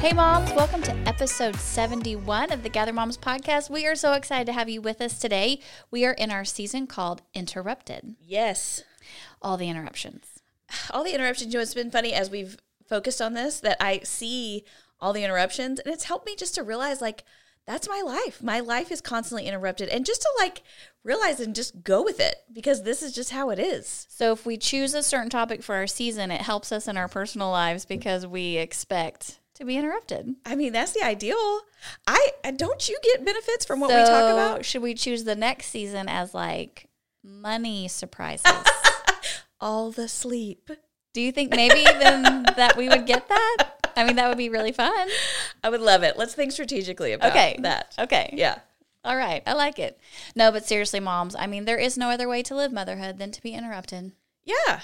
Hey, moms, welcome to episode 71 of the Gather Moms podcast. We are so excited to have you with us today. We are in our season called Interrupted, Yes. all the interruptions. All the interruptions, you know, it's been funny as we've focused on this that I see all the interruptions and it's helped me just to realize like that's my life. My life is constantly interrupted and just to like realize and just go with it because this is just how it is. So if we choose a certain topic for our season, it helps us in our personal lives because we expect to be interrupted. I mean, that's the ideal. I and don't you get benefits from what we talk about? should we choose the next season as like money surprises? All the sleep. Do you think maybe even that we would get that? I mean, that would be really fun. I would love it. Let's think strategically about Okay. that. Okay. Yeah. All right. I like it. No, but seriously, moms, I mean, there is no other way to live motherhood than to be interrupted. Yeah.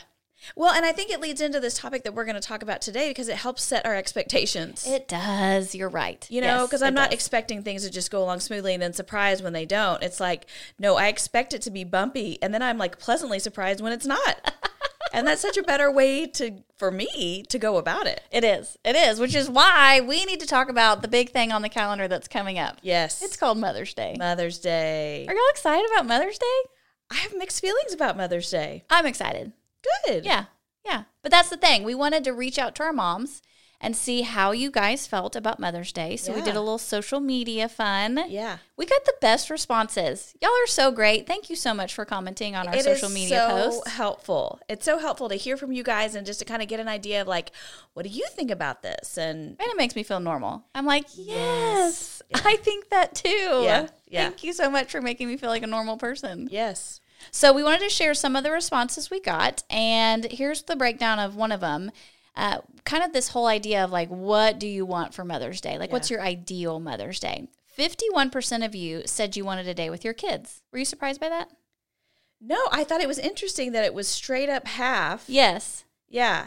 Well, and I think it leads into this topic that we're going to talk about today because it helps set our expectations. It does. You're right. You know, Yes, because it I'm not does. expecting things to just go along smoothly and then surprised when they don't. It's like, no, I expect it to be bumpy, and then I'm like pleasantly surprised when it's not. and that's such a better way to for me to go about it. It is. It is, which is why we need to talk about the big thing on the calendar that's coming up. Yes, It's called Mother's Day. Mother's Day. Are y'all excited about Mother's Day? I have mixed feelings about Mother's Day. I'm excited. Good. Yeah. Yeah. But that's the thing. We wanted to reach out to our moms and see how you guys felt about Mother's Day. So we Yeah. did a little social media fun. yeah. We got the best responses. Y'all are so great. Thank you so much for commenting on our It is social media so posts. helpful. It's so helpful to hear from you guys and just to kind of get an idea of like, what do you think about this? And And it makes me feel normal. I'm like, yes, Yes. I think that too. Yeah, yeah. Thank you so much for making me feel like a normal person. yes, So we wanted to share some of the responses we got, and here's the breakdown of one of them. Uh, kind of this whole idea of like, what do you want for Mother's Day? Like, what's your ideal Mother's Day? 51% of you said you wanted a day with your kids. Were you surprised by that? no, I thought it was interesting that it was straight up half. Yes. Yeah.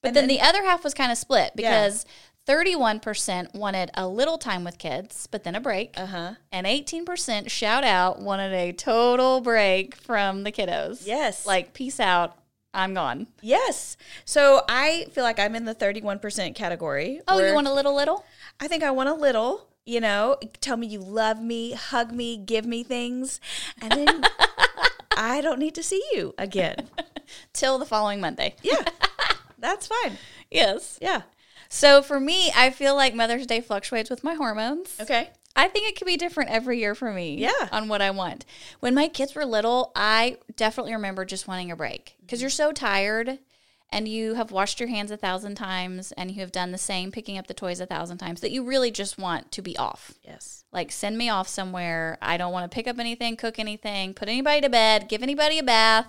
But And then, the other half was kind of split Yeah. because 31% wanted a little time with kids, but then a break. Uh-huh. and 18% shout out wanted a total break from the kiddos. Yes. Like, peace out. I'm gone. Yes. So I feel like I'm in the 31% category. Oh, you where want a little, little? I think I want a little, you know, tell me you love me, hug me, give me things, and then I don't need to see you again. till the following Monday. Yeah. That's fine. Yes. Yeah. So for me, I feel like Mother's Day fluctuates with my hormones. Okay. I think it could be different every year for me. Yeah. On what I want. When my kids were little, I definitely remember just wanting a break because you're so tired and you have washed your hands a thousand times and you have done the same picking up the toys a thousand times that you really just want to be off. Yes. Like, send me off somewhere. I don't want to pick up anything, cook anything, put anybody to bed, give anybody a bath.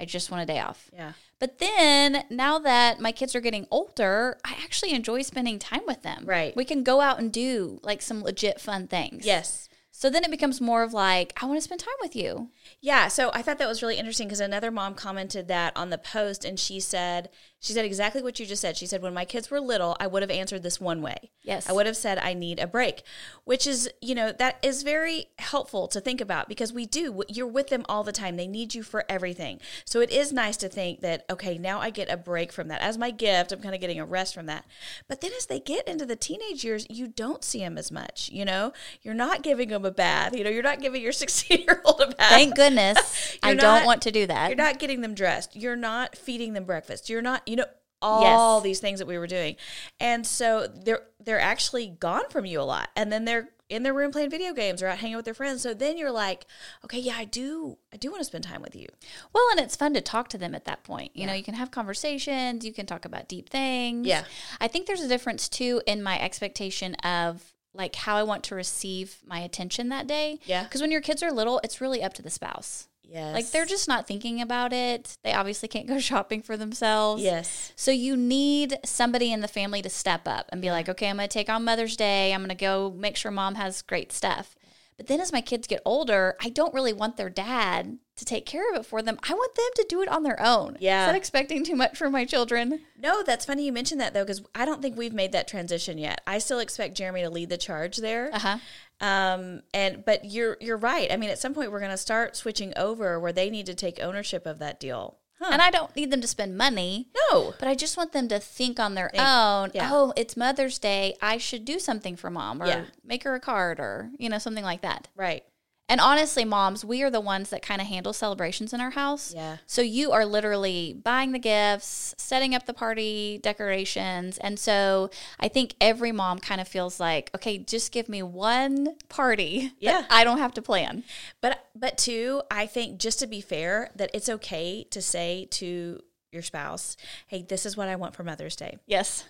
I just want a day off. Yeah. But then now that my kids are getting older, I actually enjoy spending time with them. Right. We can go out and do like some legit fun things. Yes. So then it becomes more of like, I want to spend time with you. Yeah, so I thought that was really interesting because another mom commented that on the post and she said she said exactly what you just said. She said when my kids were little, I would have answered this one way. Yes. I would have said I need a break, which is, you know, that is very helpful to think about because we do you're with them all the time. They need you for everything. So it is nice to think that okay, now I get a break from that. As my gift, I'm kind of getting a rest from that. But then as they get into the teenage years, you don't see them as much, you know? You're not giving them a bath. You know, you're not giving your 16-year-old a bath. Thank goodness I You're don't not- want to do that. You're not getting them dressed. You're not feeding them breakfast. You're not, you know, all Yes. these things that we were doing. And so they're they're actually gone from you a lot. And then they're in their room playing video games or out hanging with their friends. So then you're like, okay, yeah, I do I do want to spend time with you. Well, and it's fun to talk to them at that point. You know, you can have conversations, you can talk about deep things. Yeah. I think there's a difference too in my expectation of like how I want to receive my attention that day. Yeah. Because when your kids are little, it's really up to the spouse. Yes. Like they're just not thinking about it. They obviously can't go shopping for themselves. Yes. So you need somebody in the family to step up and be like, okay, I'm going to take on Mother's Day. I'm going to go make sure mom has great stuff. But then as my kids get older, I don't really want their dad to take care of it for them. I want them to do it on their own. Yeah. Is that expecting too much from my children? No, that's funny you mentioned that though, because I don't think we've made that transition yet. I still expect Jeremy to lead the charge there. Uh huh. Um, and but you're you're right. I mean, at some point we're going to start switching over where they need to take ownership of that deal. Huh. And I don't need them to spend money. no, But I just want them to think on their own. yeah. Oh, it's Mother's Day. I should do something for mom or Yeah. make her a card or, you know, something like that. right? And honestly, moms, we are the ones that kind of handle celebrations in our house. Yeah. So you are literally buying the gifts, setting up the party decorations. And so I think every mom kind of feels like, okay, just give me one party Yeah. that I don't have to plan. But but two, I think just to be fair, that it's okay to say to your spouse, "Hey, this is what I want for Mother's Day," Yes.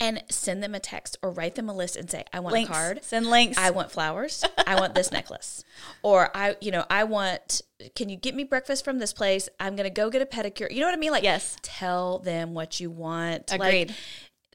and send them a text or write them a list and say, "I want Links. a card." Send links. I want flowers. I want this necklace. Or I, you know, I want, can you get me breakfast from this place? I'm going to go get a pedicure. You know what I mean? Like, Yes. tell them what you want. Like, Agreed.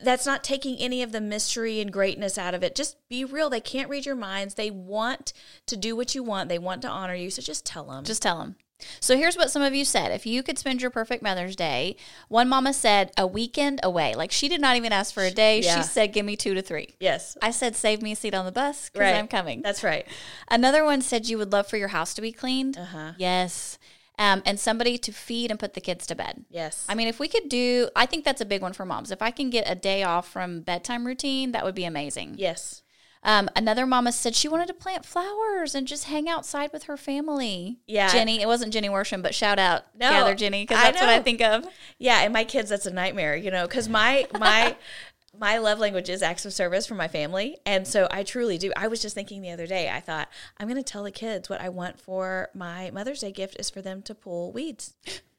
that's not taking any of the mystery and greatness out of it. Just be real. They can't read your minds. They want to do what you want, they want to honor you. So just tell them. Just tell them. So here's what some of you said. If you could spend your perfect Mother's Day, one mama said a weekend away. Like she did not even ask for a day. Yeah. She said, give me two to three. yes. I said, save me a seat on the bus because Right. I'm coming. That's right. Another one said you would love for your house to be cleaned. Uh-huh. Yes. Um, and somebody to feed and put the kids to bed. Yes. I mean, if we could do, I think that's a big one for moms. If I can get a day off from bedtime routine, that would be amazing. yes. Um, another mama said she wanted to plant flowers and just hang outside with her family. Yeah. Jenny, it wasn't Jenny Worsham, but shout out No, Gather Jenny because I that's what I know. think of. Yeah, and my kids, that's a nightmare, you know, because my my my love language is acts of service for my family, and so I truly do. I was just thinking the other day, I thought I'm going to tell the kids what I want for my Mother's Day gift is for them to pull weeds.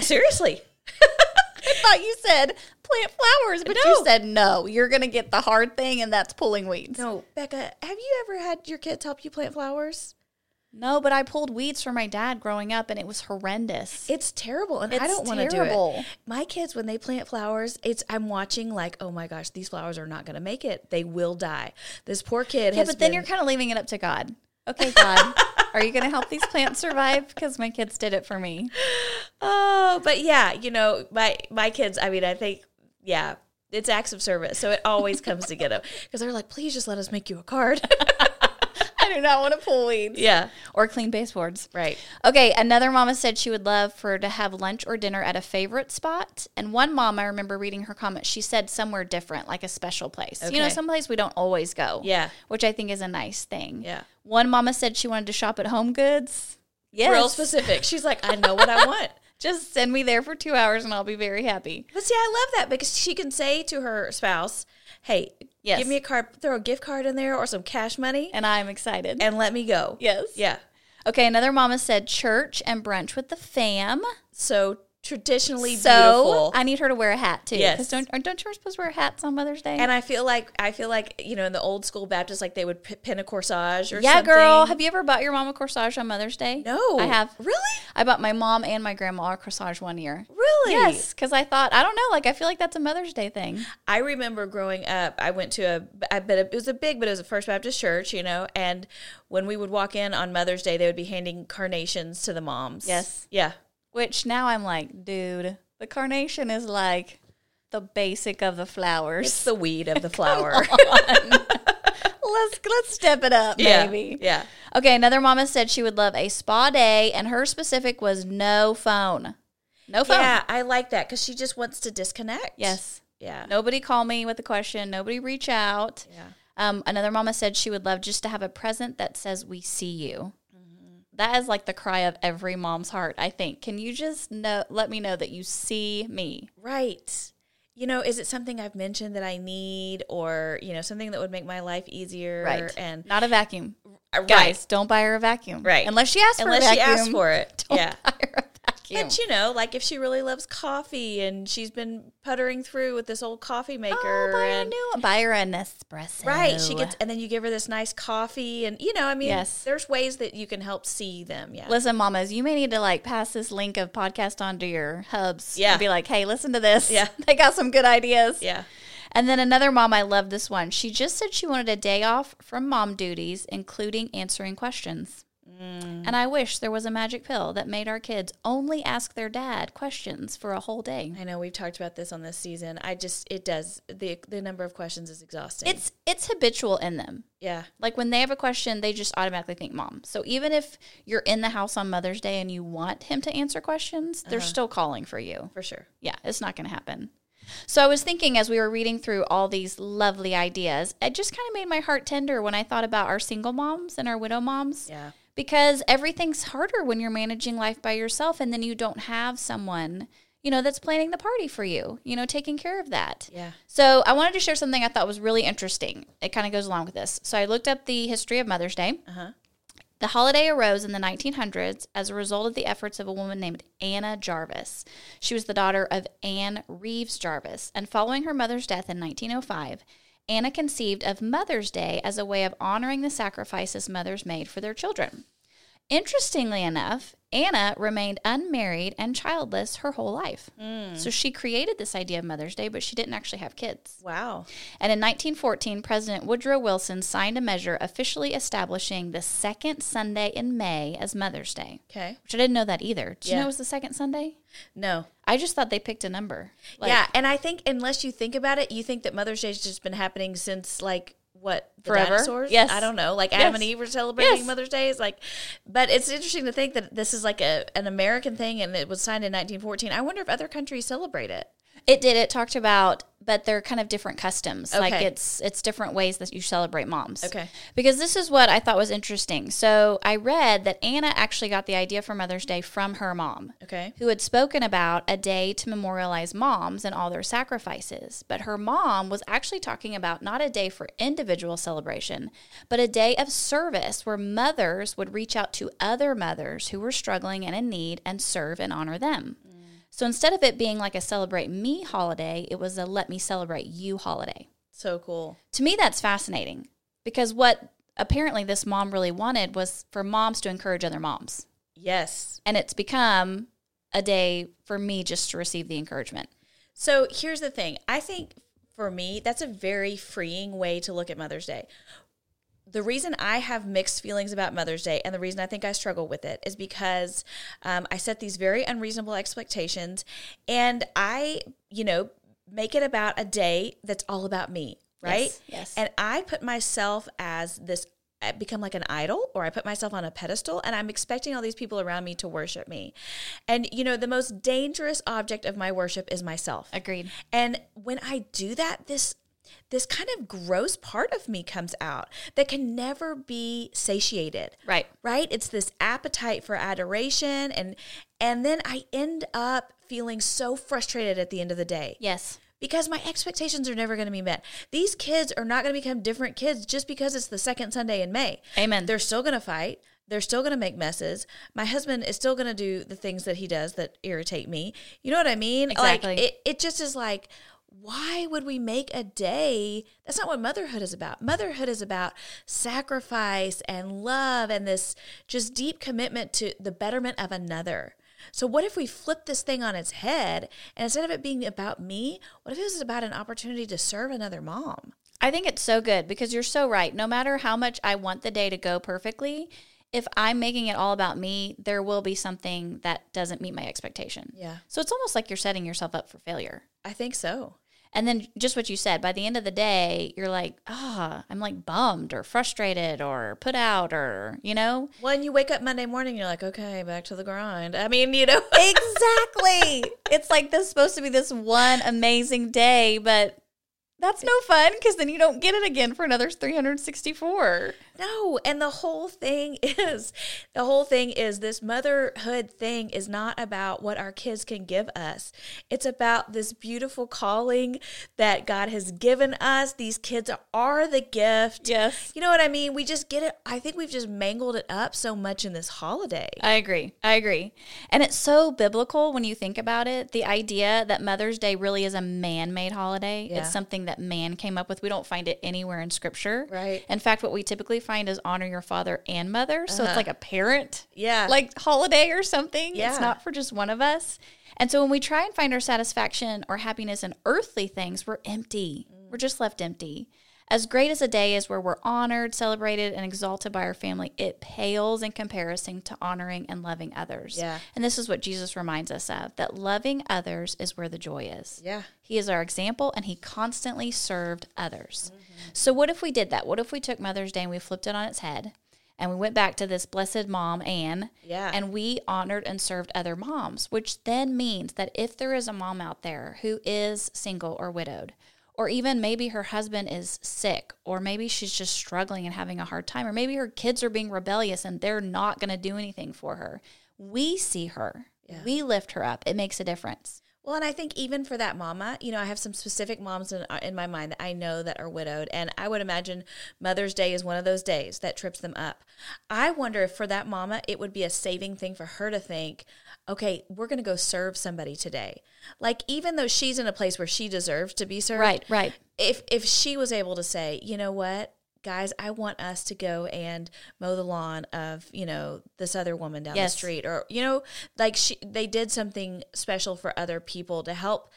Seriously, I thought you said plant flowers, but you No. said no. You're going to get the hard thing, and that's pulling weeds. no, Becca, have you ever had your kids help you plant flowers? No, but I pulled weeds for my dad growing up, and it was horrendous. It's terrible, and I It's don't want to do terrible. it. My kids, when they plant flowers, it's I'm watching like, oh my gosh, these flowers are not going to make it. They will die. This poor kid. yeah, has but then been- you're kind of leaving it up to God. Okay, God, are you going to help these plants survive? Because my kids did it for me. Oh, but yeah, you know, my my kids. I mean, I think yeah, it's acts of service, so it always comes together because they're like, please just let us make you a card. I do not want to pull weeds yeah, or clean baseboards. right. Okay, another mama said she would love for her to have lunch or dinner at a favorite spot. And one mom, I remember reading her comment, she said somewhere different, like a special place. You know, Okay. someplace we don't always go. Yeah. Which I think is a nice thing. Yeah. One mama said she wanted to shop at Home Goods. Yes. Real specific. She's like, I know what I want. Just send me there for two hours and I'll be very happy. But see, I love that because she can say to her spouse, "Hey, Yes. give me a card, throw a gift card in there or some cash money, and, And I'm excited. let me go." yes. Yeah. Okay, another mama said church and brunch with the fam. So traditionally So beautiful. I need her to wear a hat too. Yes. 'Cause Don't, aren't- don't you're supposed to wear hats on Mother's Day? and I feel like I feel like you know in the old school Baptist like they would p- pin a corsage or Yeah, something. girl. Have you ever bought your mom a corsage on Mother's Day? no, I have. really. I bought my mom and my grandma a corsage one year. Really? Yes, because I thought I don't know. Like I feel like that's a Mother's Day thing. I remember growing up, I went to a, I bet it was a big, but it was a First Baptist church, you know, and when we would walk in on Mother's Day, they would be handing carnations to the moms. Yes. Yeah. Which now I'm like, dude, the carnation is like the basic of the It's flowers. the weed of the flower. let's let's step it up, yeah. maybe. Yeah. Okay. Another mama said she would love a spa day, and her specific was no phone. No phone. Yeah. I like that because she just wants to disconnect. Yes. Yeah. Nobody call me with a question. Nobody reach out. Yeah. Um, another mama said she would love just to have a present that says "We see you." Mm-hmm. That is like the cry of every mom's heart. I think. Can you just know? Let me know that you see me. Right. You know, is it something I've mentioned that I need or, you know, something that would make my life easier? And not a vacuum, Uh, Right. guys. Don't buy her a vacuum, Right. Unless she asks for a Unless she vacuum. asks for it. Don't yeah. buy her a vacuum. And you know, like if she really loves coffee and she's been puttering through with this old coffee maker Oh, buy her a and new buy her an espresso. right, she gets and then you give her this nice coffee and you know, I mean, Yes. there's ways that you can help see them. Yeah. Listen, mamas, you may need to like pass this link of podcast on to your hubs. Yeah. And be like, hey, listen to this. Yeah. They got some good ideas. yeah. And then another mom, I love this one. She just said she wanted a day off from mom duties, including answering questions. Mm. And I wish there was a magic pill that made our kids only ask their dad questions for a whole day. I know we've talked about this on this season. I just it does the the number of questions is exhausting. It's it's habitual in them. yeah. Like when they have a question, they just automatically think mom. So even if you're in the house on Mother's Day and you want him to answer questions, Uh-huh. they're still calling for you. For sure. Yeah, it's not going to happen. So I was thinking as we were reading through all these lovely ideas, it just kind of made my heart tender when I thought about our single moms and our widow moms Yeah. because everything's harder when you're managing life by yourself and then you don't have someone, you know, that's planning the party for you, you know, taking care of that. Yeah. So I wanted to share something I thought was really interesting. It kind of goes along with this. So I looked up the history of Mother's Day. The holiday arose in the 1900s as a result of the efforts of a woman named Anna Jarvis. She was the daughter of Anne Reeves Jarvis, and following her mother's death in 1905, Anna conceived of Mother's Day as a way of honoring the sacrifices mothers made for their children. Interestingly enough, Anna remained unmarried and childless her whole life. Hmm. So she created this idea of Mother's Day, but she didn't actually have kids. Wow. And in 1914, President Woodrow Wilson signed a measure officially establishing the second Sunday in May as Mother's Day, Okay. which I didn't know that either. Do you know Yeah. it was the second Sunday? No. I just thought they picked a number. Like, yeah, and I think unless you think about it, you think that Mother's Day's just been happening since like what the Forever? dinosaurs? Yes. I don't know. Like Adam Yes. and Eve were celebrating Yes. Mother's Day. It's like, but it's interesting to think that this is like a an American thing, and it was signed in 1914. I wonder if other countries celebrate it. It did. It talked about, but they're kind of different customs. Like Okay. it's it's different ways that you celebrate moms. Okay. Because this is what I thought was interesting. So I read that Anna actually got the idea for Mother's Day from her mom. Okay. who had spoken about a day to memorialize moms and all their sacrifices. But her mom was actually talking about not a day for individual celebration, but a day of service where mothers would reach out to other mothers who were struggling and in need and serve and honor them. So instead of it being like a celebrate me holiday, it was a let me celebrate you holiday. So cool. To me, that's fascinating because what apparently this mom really wanted was for moms to encourage other moms Yes. and it's become a day for me just to receive the encouragement. So here's the thing. I think for me, that's a very freeing way to look at Mother's Day. The reason I have mixed feelings about Mother's Day and the reason I think I struggle with it is because um, I set these very unreasonable expectations and I, you know, make it about a day that's all about me, right? Yes, yes. And I put myself as this. I become like an idol or I put myself on a pedestal and I'm expecting all these people around me to worship me. And you know, the most dangerous object of my worship is myself. Agreed. And when I do that, this this kind of gross part of me comes out that can never be satiated. Right. Right? It's this appetite for adoration and and then I end up feeling so frustrated at the end of the day Yes. because my expectations are never going to be met. These kids are not going to become different kids just because it's the second Sunday in May. Amen. They're still going to fight. They're still going to make messes. My husband is still going to do the things that he does that irritate me. You know what I mean? Exactly. Like it, it just is like why would we make a day? That's not what motherhood is about. Motherhood is about sacrifice and love and this just deep commitment to the betterment of another. So, what if we flip this thing on its head and instead of it being about me, what if it was about an opportunity to serve another mom? I think it's so good because you're so right. No matter how much I want the day to go perfectly, if I'm making it all about me, there will be something that doesn't meet my expectation. Yeah. So it's almost like you're setting yourself up for failure. I think so. And then just what you said, by the end of the day, you're like, ah, I'm like bummed or frustrated or put out or, you know? When you wake up Monday morning, you're like, okay, back to the grind. I mean, you know, Exactly. it's like this supposed to be this one amazing day, but that's no fun because then you don't get it again for another 364. No, and the whole thing is the whole thing is this motherhood thing is not about what our kids can give us. It's about this beautiful calling that God has given us. These kids are the gift. Yes. You know what I mean? We just get it. I think we've just mangled it up so much in this holiday. I agree. I agree. And it's so biblical when you think about it. The idea that Mother's Day really is a man made holiday, Yeah. it's something that man came up with. We don't find it anywhere in scripture. Right. In fact, what we typically find is honor your father and mother. So it's like a parent Yeah. like holiday or something. Yeah. It's not for just one of us. And so when we try and find our satisfaction or happiness in earthly things, we're empty. We're just left empty. As great as a day is where we're honored, celebrated, and exalted by our family, it pales in comparison to honoring and loving others. Yeah. And this is what Jesus reminds us of that loving others is where the joy is. Yeah. He is our example and he constantly served others. So, what if we did that? What if we took Mother's Day and we flipped it on its head and we went back to this blessed mom, Anne, Yeah. and we honored and served other moms, which then means that if there is a mom out there who is single or widowed, or even maybe her husband is sick, or maybe she's just struggling and having a hard time, or maybe her kids are being rebellious and they're not going to do anything for her. We see her, we lift her up. It makes a difference. Well, and I think even for that mama, you know, I have some specific moms in, uh, in my mind that I know that are widowed, and I would imagine Mother's Day is one of those days that trips them up. I wonder if for that mama, it would be a saving thing for her to think, okay, we're going to go serve somebody today. Like, even though she's in a place where she deserves to be served, Right, right. if if she was able to say, you know what, guys, I want us to go and mow the lawn of you know this other woman down Yes. the street, or you know, like she they did something special for other people to help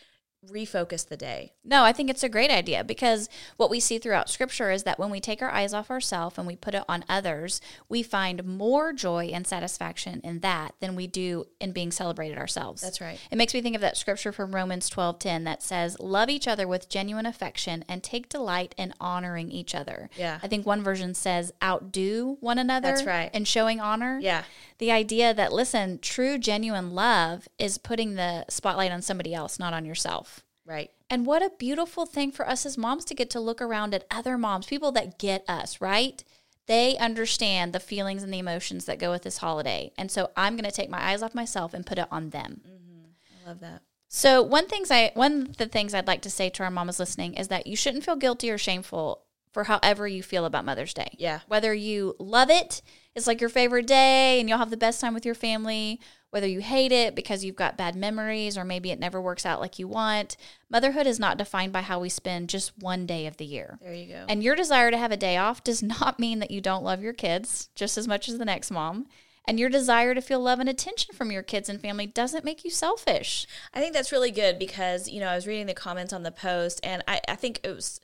refocus the day. No, I think it's a great idea because what we see throughout scripture is that when we take our eyes off ourselves and we put it on others, we find more joy and satisfaction in that than we do in being celebrated ourselves. That's right. It makes me think of that scripture from Romans 12:10 that says, "Love each other with genuine affection and take delight in honoring each other." Yeah. I think one version says, "Outdo one another." That's right. In showing honor. Yeah. The idea that listen, true genuine love is putting the spotlight on somebody else, not on yourself. Right. And what a beautiful thing for us as moms to get to look around at other moms, people that get us, right? They understand the feelings and the emotions that go with this holiday. And so I'm going to take my eyes off myself and put it on them. I love that. So one things I one of the things I'd like to say to our mamas listening is that you shouldn't feel guilty or shameful for however you feel about Mother's Day. Yeah. Whether you love it, it's like your favorite day and you'll have the best time with your family, whether you hate it because you've got bad memories or maybe it never works out like you want. Motherhood is not defined by how we spend just one day of the year. There you go. And your desire to have a day off does not mean that you don't love your kids just as much as the next mom. And your desire to feel love and attention from your kids and family doesn't make you selfish. I think that's really good because, you know, I was reading the comments on the post and I, I think it was,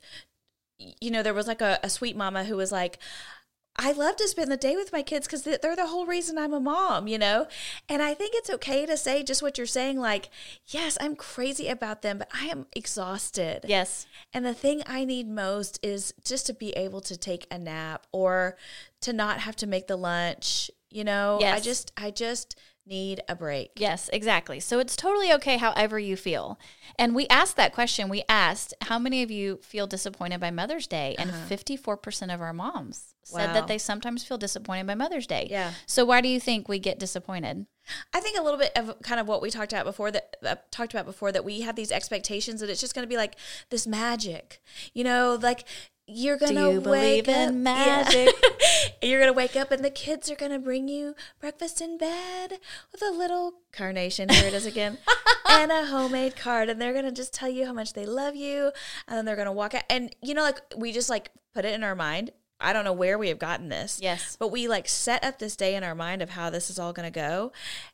you know, there was like a, a sweet mama who was like, I love to spend the day with my kids because they're the whole reason I'm a mom, you know? And I think it's okay to say just what you're saying like, yes, I'm crazy about them, but I am exhausted. Yes. And the thing I need most is just to be able to take a nap or to not have to make the lunch, you know? I Yes. just, I just need a break. Yes, exactly. So it's totally okay however you feel. And we asked that question. We asked, how many of you feel disappointed by Mother's Day? And 54% of our moms said Uh-huh. Wow. that they sometimes feel disappointed by Mother's Day. Yeah. So why do you think we get disappointed? I think a little bit of kind of what we talked about before that uh, talked about before that we have these expectations that it's just going to be like this magic, you know, like you're going to you wake believe up- in yeah. magic? you're going to wake up and the kids are going to bring you breakfast in bed with a little carnation here it is again and a homemade card and they're going to just tell you how much they love you and then they're going to walk out and you know like we just like put it in our mind. I don't know where we have gotten this. Yes. But we like set up this day in our mind of how this is all going to go.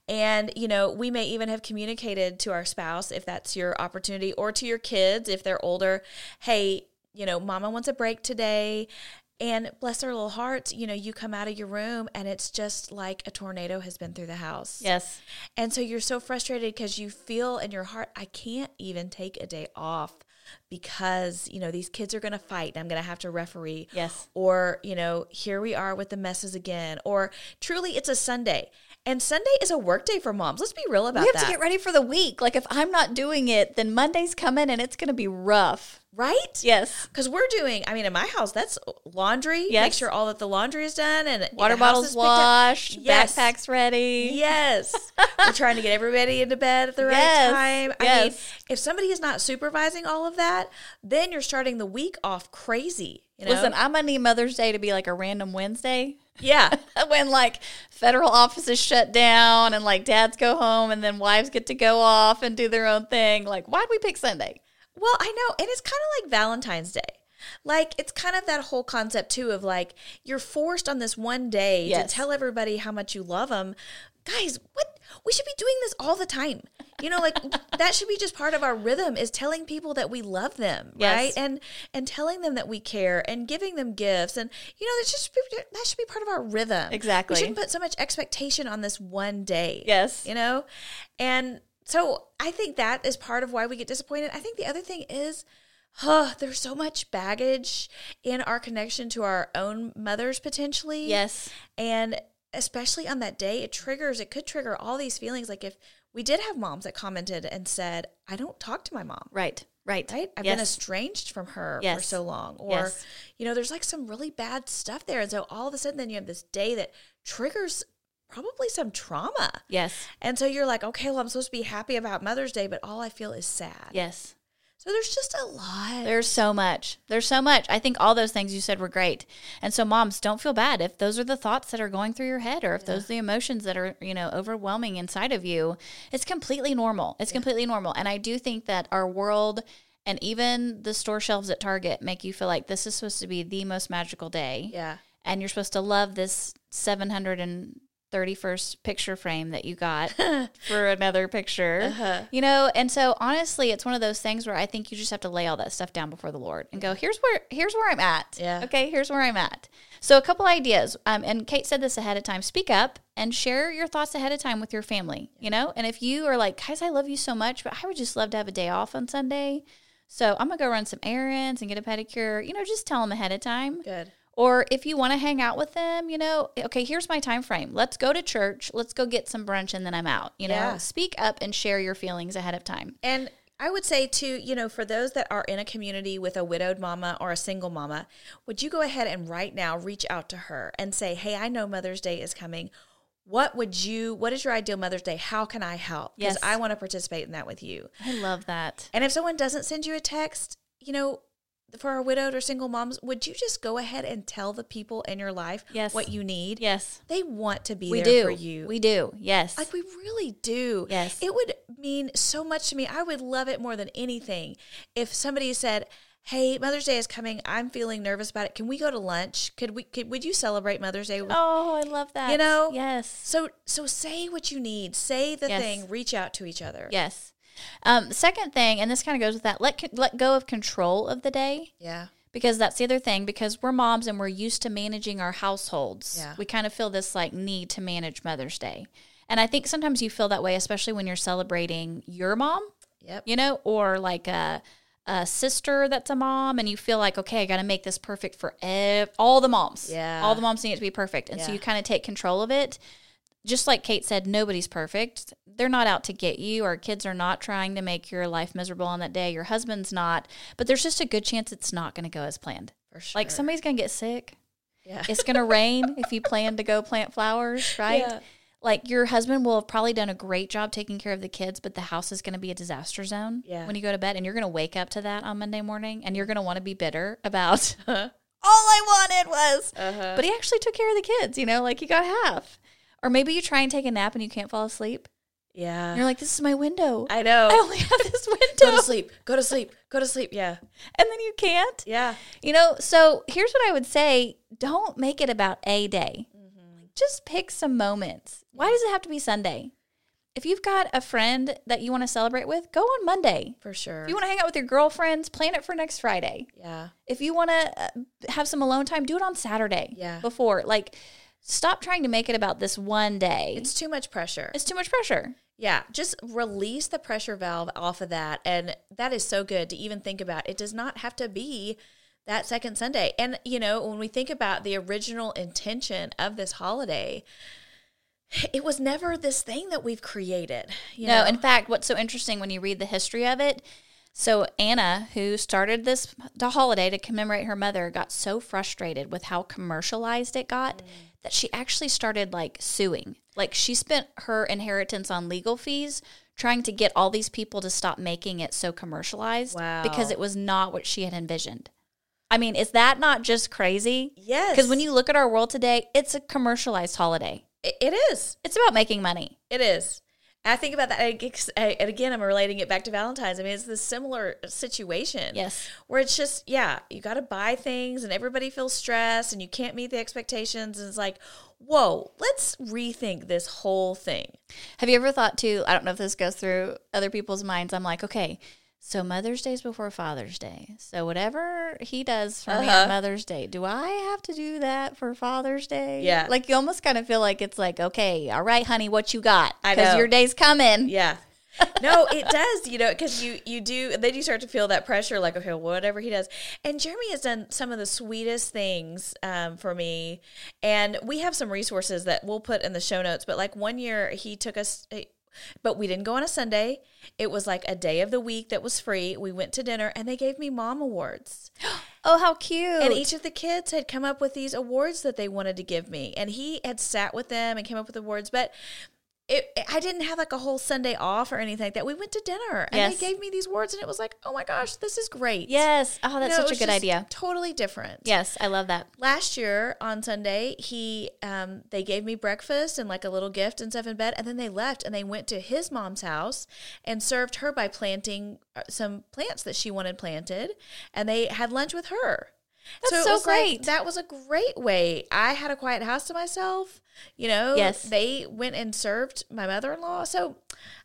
And, you know, we may even have communicated to our spouse if that's your opportunity or to your kids if they're older, hey, you know, mama wants a break today. And bless their little hearts, you know, you come out of your room and it's just like a tornado has been through the house. Yes. And so you're so frustrated because you feel in your heart, I can't even take a day off because, you know, these kids are going to fight and I'm going to have to referee. Yes. Or, you know, here we are with the messes again. Or truly, it's a Sunday And Sunday is a work day for moms. Let's be real about We have that. to get ready for the week. Like if I'm not doing it, then Monday's coming and it's going to be rough. right? Yes. Because we're doing, I mean, in my house, that's laundry. Make Yes. sure all that the laundry is done and Water the house is bottles picked up. washed, Yes. backpacks ready. Yes. We're trying to get everybody into bed at the right Yes. time. I mean, Yes. if somebody is not supervising all of that, then you're starting the week off crazy. You know? Listen, I'm gonna need Mother's Day to be like a random Wednesday yeah. when like federal offices shut down and like dads go home and then wives get to go off and do their own thing. Like, why'd we pick Sunday? Well, I know. And it's kind of like Valentine's Day. Like, it's kind of that whole concept, too, of like, you're forced on this one day Yes. to tell everybody how much you love them. Guys, what? We should be doing this all the time. You know, like that should be just part of our rhythm is telling people that we love them, Yes. right? And and telling them that we care and giving them gifts and you know, that's just that should be part of our rhythm. Exactly. We shouldn't put so much expectation on this one day Yes. you know and so i think that is part of why we get disappointed i think the other thing is huh, there's so much baggage in our connection to our own mothers potentially Yes. and especially on that day it triggers it could trigger all these feelings like if we did have moms that commented and said i don't talk to my mom Right. Right. right i've been yes. estranged from her for Yes. so long or Yes. you know there's like some really bad stuff there and so all of a sudden then you have this day that triggers probably some trauma yes. and so you're like, okay, well, I'm supposed to be happy about Mother's Day, but all I feel is sad. Yes. So there's just a lot. There's so much. There's so much. I think all those things you said were great. And so, moms, don't feel bad if those are the thoughts that are going through your head or if those are the emotions that are, you know, overwhelming inside of you. It's completely normal. It's completely normal. And I do think that our world and even the store shelves at Target make you feel like this is supposed to be the most magical day. yeah. And you're supposed to love this 731st picture frame that you got for another picture. You know, and so honestly, it's one of those things where I think you just have to lay all that stuff down before the Lord and go, here's where here's where I'm at. Yeah. Okay, here's where I'm at. So a couple ideas. Um, and Kate said this ahead of time. Speak up and share your thoughts ahead of time with your family. You know, and if you are like, guys, I love you so much, but I would just love to have a day off on Sunday. So I'm gonna go run some errands and get a pedicure. You know, just tell them ahead of time Good. or if you want to hang out with them you know okay here's my time frame let's go to church let's go get some brunch and then i'm out you know Yeah. speak up and share your feelings ahead of time And I would say, too, you know, for those that are in a community with a widowed mama or a single mama, would you go ahead and right now reach out to her and say, hey, I know Mother's Day is coming. What would you, what is your ideal Mother's Day? How can I help? Because Yes. I want to participate in that with you. i love that And if someone doesn't send you a text, you know, for our widowed or single moms, would you just go ahead and tell the people in your life Yes. what you need? yes They want to be we there do for you. we do yes like we really do. Yes. It would mean so much to me. I would love it more than anything if somebody said, "Hey, Mother's Day is coming. I'm feeling nervous about it. Can we go to lunch? Could we could would you celebrate Mother's Day with oh i love that You know? yes So so say what you need. Say the Yes. thing. Reach out to each other. yes um, second thing and this kind of goes with that let co- let go of control of the day Yeah. because that's the other thing because we're moms and we're used to managing our households Yeah. we kind of feel this like need to manage mother's day and i think sometimes you feel that way especially when you're celebrating your mom Yep. you know or like a, a sister that's a mom and you feel like okay i gotta make this perfect for ev- all the moms Yeah. all the moms need it to be perfect and so Yeah. you kind of take control of it just like Kate said, nobody's perfect. They're not out to get you. Our kids are not trying to make your life miserable on that day. Your husband's not. But there's just a good chance it's not going to go as planned. For sure. Like somebody's going to get sick. Yeah. It's going to rain if you plan to go plant flowers, right? Yeah. Like your husband will have probably done a great job taking care of the kids, but the house is going to be a disaster zone Yeah. when you go to bed. And you're going to wake up to that on Monday morning and you're going to want to be bitter about all I wanted was Uh-huh. but he actually took care of the kids, you know, like he got half. Or maybe you try and take a nap and you can't fall asleep. Yeah. And you're like, this is my window. I, I know. only have this go window. to sleep. Go to sleep. Go to sleep. Yeah. And then you can't. Yeah. You know, so here's what I would say don't make it about a day. Just pick some moments. Why does it have to be Sunday? If you've got a friend that you want to celebrate with, go on Monday. For sure. If you want to hang out with your girlfriends, plan it for next Friday. yeah. if you want to uh, have some alone time, do it on Saturday. Yeah. Before, like, stop trying to make it about this one day. It's too much pressure. it's too much pressure. Yeah, just release the pressure valve off of that. And that is so good to even think about. It does not have to be that second Sunday. And, you know, when we think about the original intention of this holiday, it was never this thing that we've created. You No, know? in fact, what's so interesting when you read the history of it, so Anna, who started this the holiday to commemorate her mother, got so frustrated with how commercialized it Mm. got that she actually started like suing. Like she spent her inheritance on legal fees trying to get all these people to stop making it so commercialized because Wow. it was not what she had envisioned. I mean, is that not just crazy? yes, Because when you look at our world today, it's a commercialized holiday. I- it is, It's about making money. it is. I think about that, I guess- I- and again, I'm relating it back to Valentine's. I mean, it's this similar situation. Yes. where it's just yeah you got to buy things and everybody feels stressed and you can't meet the expectations and it's like whoa let's rethink this whole thing Have you ever thought too? I don't know if this goes through other people's minds. I'm like, okay, so Mother's Day's before Father's Day. So whatever he does for me Uh-huh. on Mother's Day, do I have to do that for Father's Day? Yeah. Like you almost kind of feel like it's like, okay, all right, honey, what you got? I Because know. your day's coming. yeah no it does you know because you you do and then you start to feel that pressure like okay whatever he does and jeremy has done some of the sweetest things um, for me and we have some resources that we'll put in the show notes but like one year he took us but we didn't go on a sunday it was like a day of the week that was free we went to dinner and they gave me mom awards Oh, how cute! And e each of the kids had come up with these awards that they wanted to give me. And he had sat with them and came up with awards. But it, I didn't have like a whole Sunday off or anything like that. We went to dinner and Yes. they gave me these awards. And it was like, oh my gosh, this is great. yes. Oh, You that's know, it such was a good just idea. Totally different. Yes, I love that. Last year on Sunday, he um, they gave me breakfast and like a little gift and stuff in bed, and then they left and they went to his mom's house and served her by planting uh, some plants that she wanted planted, and they had lunch with her. That's it so was like, great. that was a great way. I had a quiet house to myself. You know, Yes. they went and served my mother in law. So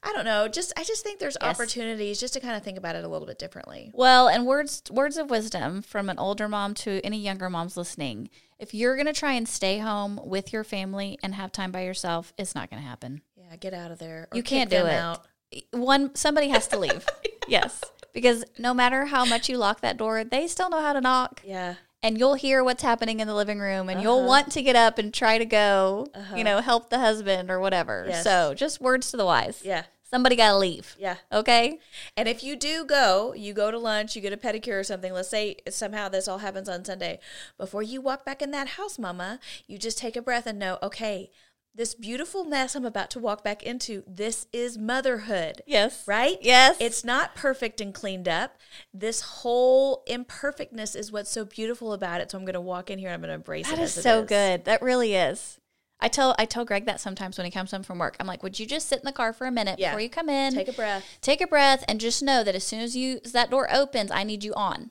I don't know. Just I just think there's Yes. opportunities just to kind of think about it a little bit differently. Well, and words words of wisdom from an older mom to any younger moms listening. If you're going to try and stay home with your family and have time by yourself, it's not going to happen. Yeah, get out of there. or You kick can't do them it. out. One somebody has to leave. yes. Because no matter how much you lock that door, they still know how to knock Yeah. Uh-huh. and you'll hear what's happening in the living room and you'll want to get up and try to go, you know, help the husband or whatever. Yes. So, just words to the wise. Yeah. Somebody got to leave. Yeah. Okay? And if you do go, you go to lunch, you get a pedicure or something. Let's say somehow this all happens on Sunday. Before you walk back in that house, mama, you just take a breath and know, okay, this beautiful mess I'm about to walk back into, this is motherhood. Yes. Right? Yes. It's not perfect and cleaned up. This whole imperfectness is what's so beautiful about it. So I'm going to walk in here and I'm going to embrace it. That is as it so good. That really is. I tell I tell Greg that sometimes when he comes home from work. I'm like, would you just sit in the car for a minute Yeah. before you come in? Take a breath. Take a breath and just know that as soon as you as that door opens, I need you on.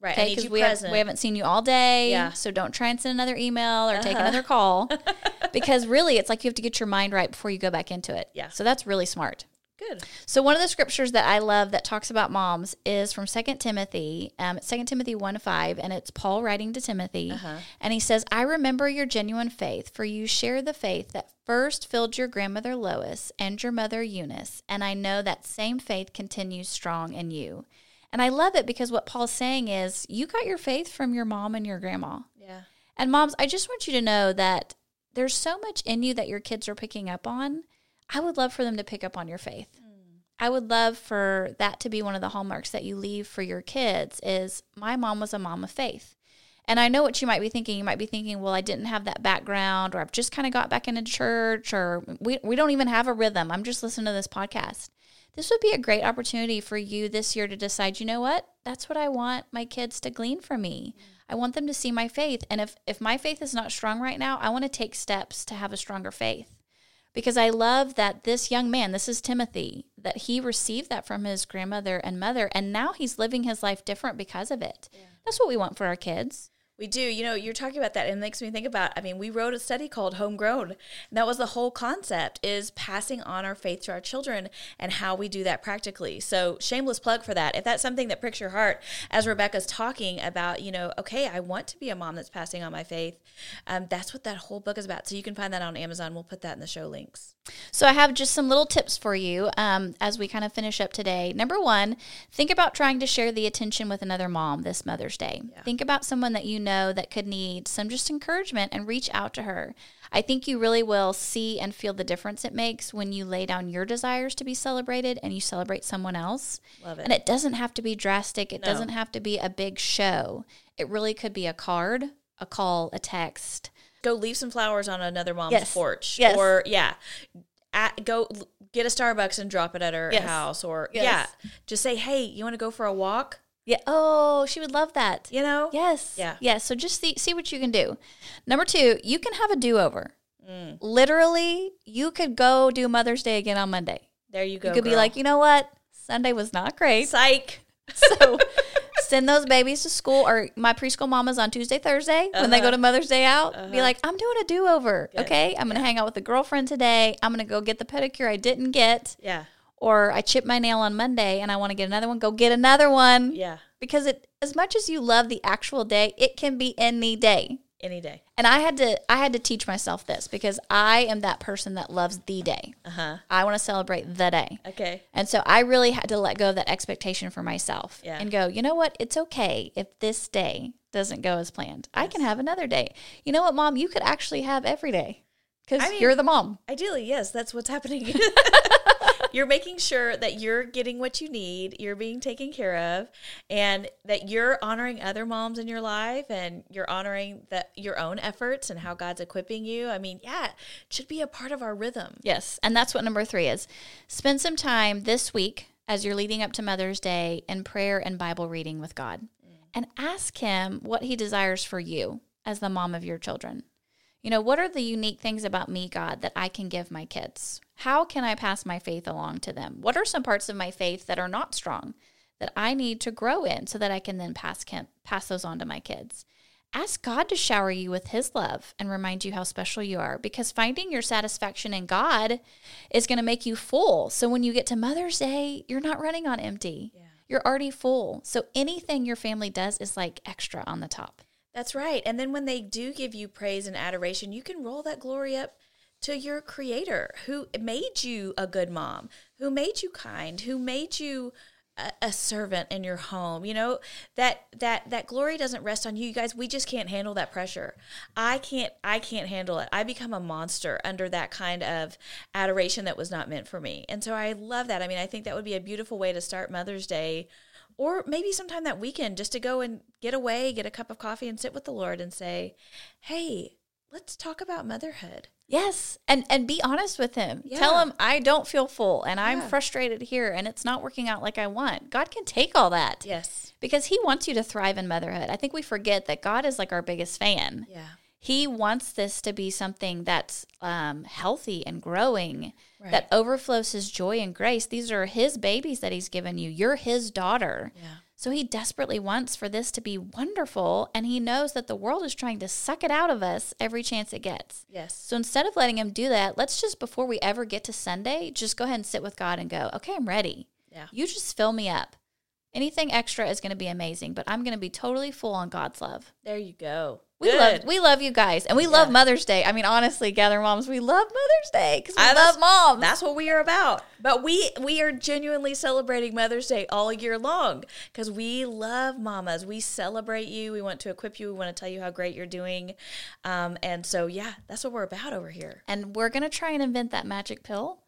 Right. I Okay, need because you we, have, present. we haven't seen you all day. Yeah. Uh-huh. So don't try and send another email or take another call, because really it's like you have to get your mind right before you go back into it. Yeah. So that's really smart. good. So one of the scriptures that I love that talks about moms is from 2 Timothy, um, 2 Timothy 1 5, and it's Paul writing to Timothy. And he says, I remember your genuine faith, for you share the faith that first filled your grandmother Lois and your mother Eunice. And I know that same faith continues strong in you. And I love it because what Paul's saying is, you got your faith from your mom and your grandma. Yeah. And moms, I just want you to know that there's so much in you that your kids are picking up on. I would love for them to pick up on your faith. I would love for that to be one of the hallmarks that you leave for your kids is my mom was a mom of faith. And I know what you might be thinking. You might be thinking, well, I didn't have that background, or I've just kind of got back into church, or we, we don't even have a rhythm. I'm just listening to this podcast. This would be a great opportunity for you this year to decide, you know what? That's what I want my kids to glean from me. I want them to see my faith. And if, if my faith is not strong right now, I want to take steps to have a stronger faith because I love that this young man, this is Timothy, that he received that from his grandmother and mother, and now he's living his life different because of it. That's what we want for our kids. We do. You know, you're talking about that and it makes me think about I mean, we wrote a study called Homegrown. And that was the whole concept is passing on our faith to our children and how we do that practically. So shameless plug for that. If that's something that pricks your heart as Rebecca's talking about, you know, okay, I want to be a mom that's passing on my faith. Um, that's what that whole book is about. So you can find that on Amazon. We'll put that in the show links. So I have just some little tips for you um, as we kind of finish up today. Number one, think about trying to share the attention with another mom this Mother's Day. Think about someone that you know that could need some just encouragement and reach out to her. I think you really will see and feel the difference it makes when you lay down your desires to be celebrated and you celebrate someone else. Love it. And it doesn't have to be drastic, it No. doesn't have to be a big show. It really could be a card, a call, a text. go leave some flowers on another mom's Yes. porch Yes. or yeah at, go l- get a starbucks and drop it at her Yes. house or Yes. yeah just say hey you want to go for a walk Yeah. Oh, she would love that. you know Yes. Yeah. Yes. So just see see what you can do. Number two, you can have a do over. Mm. Literally, you could go do Mother's Day again on Monday. there you go you could be girl. like, you know what? Sunday was not great. psych So send those babies to school or my preschool mamas on Tuesday, Thursday when they go Uh-huh. to Mother's Day out. Be like, I'm doing a do over. Okay. I'm going to hang out with a girlfriend today. I'm going to go get the pedicure I didn't get. yeah Or I chipped my nail on Monday and I want to get another one. Go get another one yeah because it as much as you love the actual day it can be any day any day and i had to i had to teach myself this because i am that person that loves the day uh-huh i want to celebrate the day okay and so i really had to let go of that expectation for myself Yeah. and go you know what it's okay if this day doesn't go as planned i can have another day you know what mom you could actually have every day because I mean- you're the mom ideally yes that's what's happening you're making sure that you're getting what you need you're being taken care of and that you're honoring other moms in your life and you're honoring that your own efforts and how god's equipping you i mean yeah it should be a part of our rhythm Yes. And that's what number three is. Spend some time this week as you're leading up to Mother's Day in prayer and Bible reading with God and ask Him what He desires for you as the mom of your children. You know, what are the unique things about me, God, that I can give my kids? How can I pass my faith along to them? What are some parts of my faith that are not strong that I need to grow in so that I can then pass can, pass those on to my kids? Ask God to shower you with his love and remind you how special you are because finding your satisfaction in God is going to make you full. So when you get to Mother's Day, you're not running on empty. You're already full. So anything your family does is like extra on the top. That's right. And then when they do give you praise and adoration, you can roll that glory up to your creator who made you a good mom, who made you kind, who made you a, a servant in your home. You know, that that that glory doesn't rest on you. You guys, we just can't handle that pressure. I can't I can't handle it. I become a monster under that kind of adoration that was not meant for me. And so I love that. I mean, I think that would be a beautiful way to start Mother's Day or maybe sometime that weekend just to go and get away, get a cup of coffee and sit with the Lord and say, "Hey, let's talk about motherhood." Yes, and and be honest with him. Yeah. Tell him I don't feel full and I'm Yeah. frustrated here and it's not working out like I want. God can take all that Yes. because he wants you to thrive in motherhood. I think we forget that God is like our biggest fan. Yeah. He wants this to be something that's um, healthy and growing, Right. that overflows his joy and grace. These are his babies that he's given you. You're his daughter. Yeah. So he desperately wants for this to be wonderful. And he knows that the world is trying to suck it out of us every chance it gets. Yes. So instead of letting him do that, let's just, before we ever get to Sunday, just go ahead and sit with God and go, okay, I'm ready. Yeah. You just fill me up. Anything extra is going to be amazing, but I'm going to be totally full on God's love. There you go. We Good. love we love you guys, and we love Mother's Day. I mean, honestly, Gather Moms, we love Mother's Day because we I- love that's- moms. That's what we are about. But we we are genuinely celebrating Mother's Day all year long because we love mamas. We celebrate you. We want to equip you. We want to tell you how great you're doing. Um, and so yeah, that's what we're about over here. and we're gonna try and invent that magic pill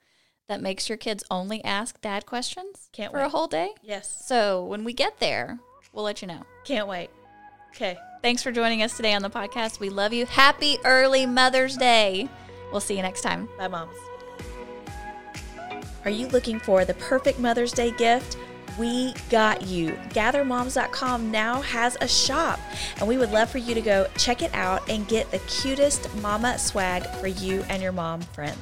that makes your kids only ask dad questions Can't for a wait. whole day. Yes. So when we get there, we'll let you know. Can't wait. Okay. Thanks for joining us today on the podcast. We love you. Happy early Mother's Day. We'll see you next time. Bye, moms. Are you looking for the perfect Mother's Day gift? We got you. GatherMoms.com now has a shop, and we would love for you to go check it out and get the cutest mama swag for you and your mom friends.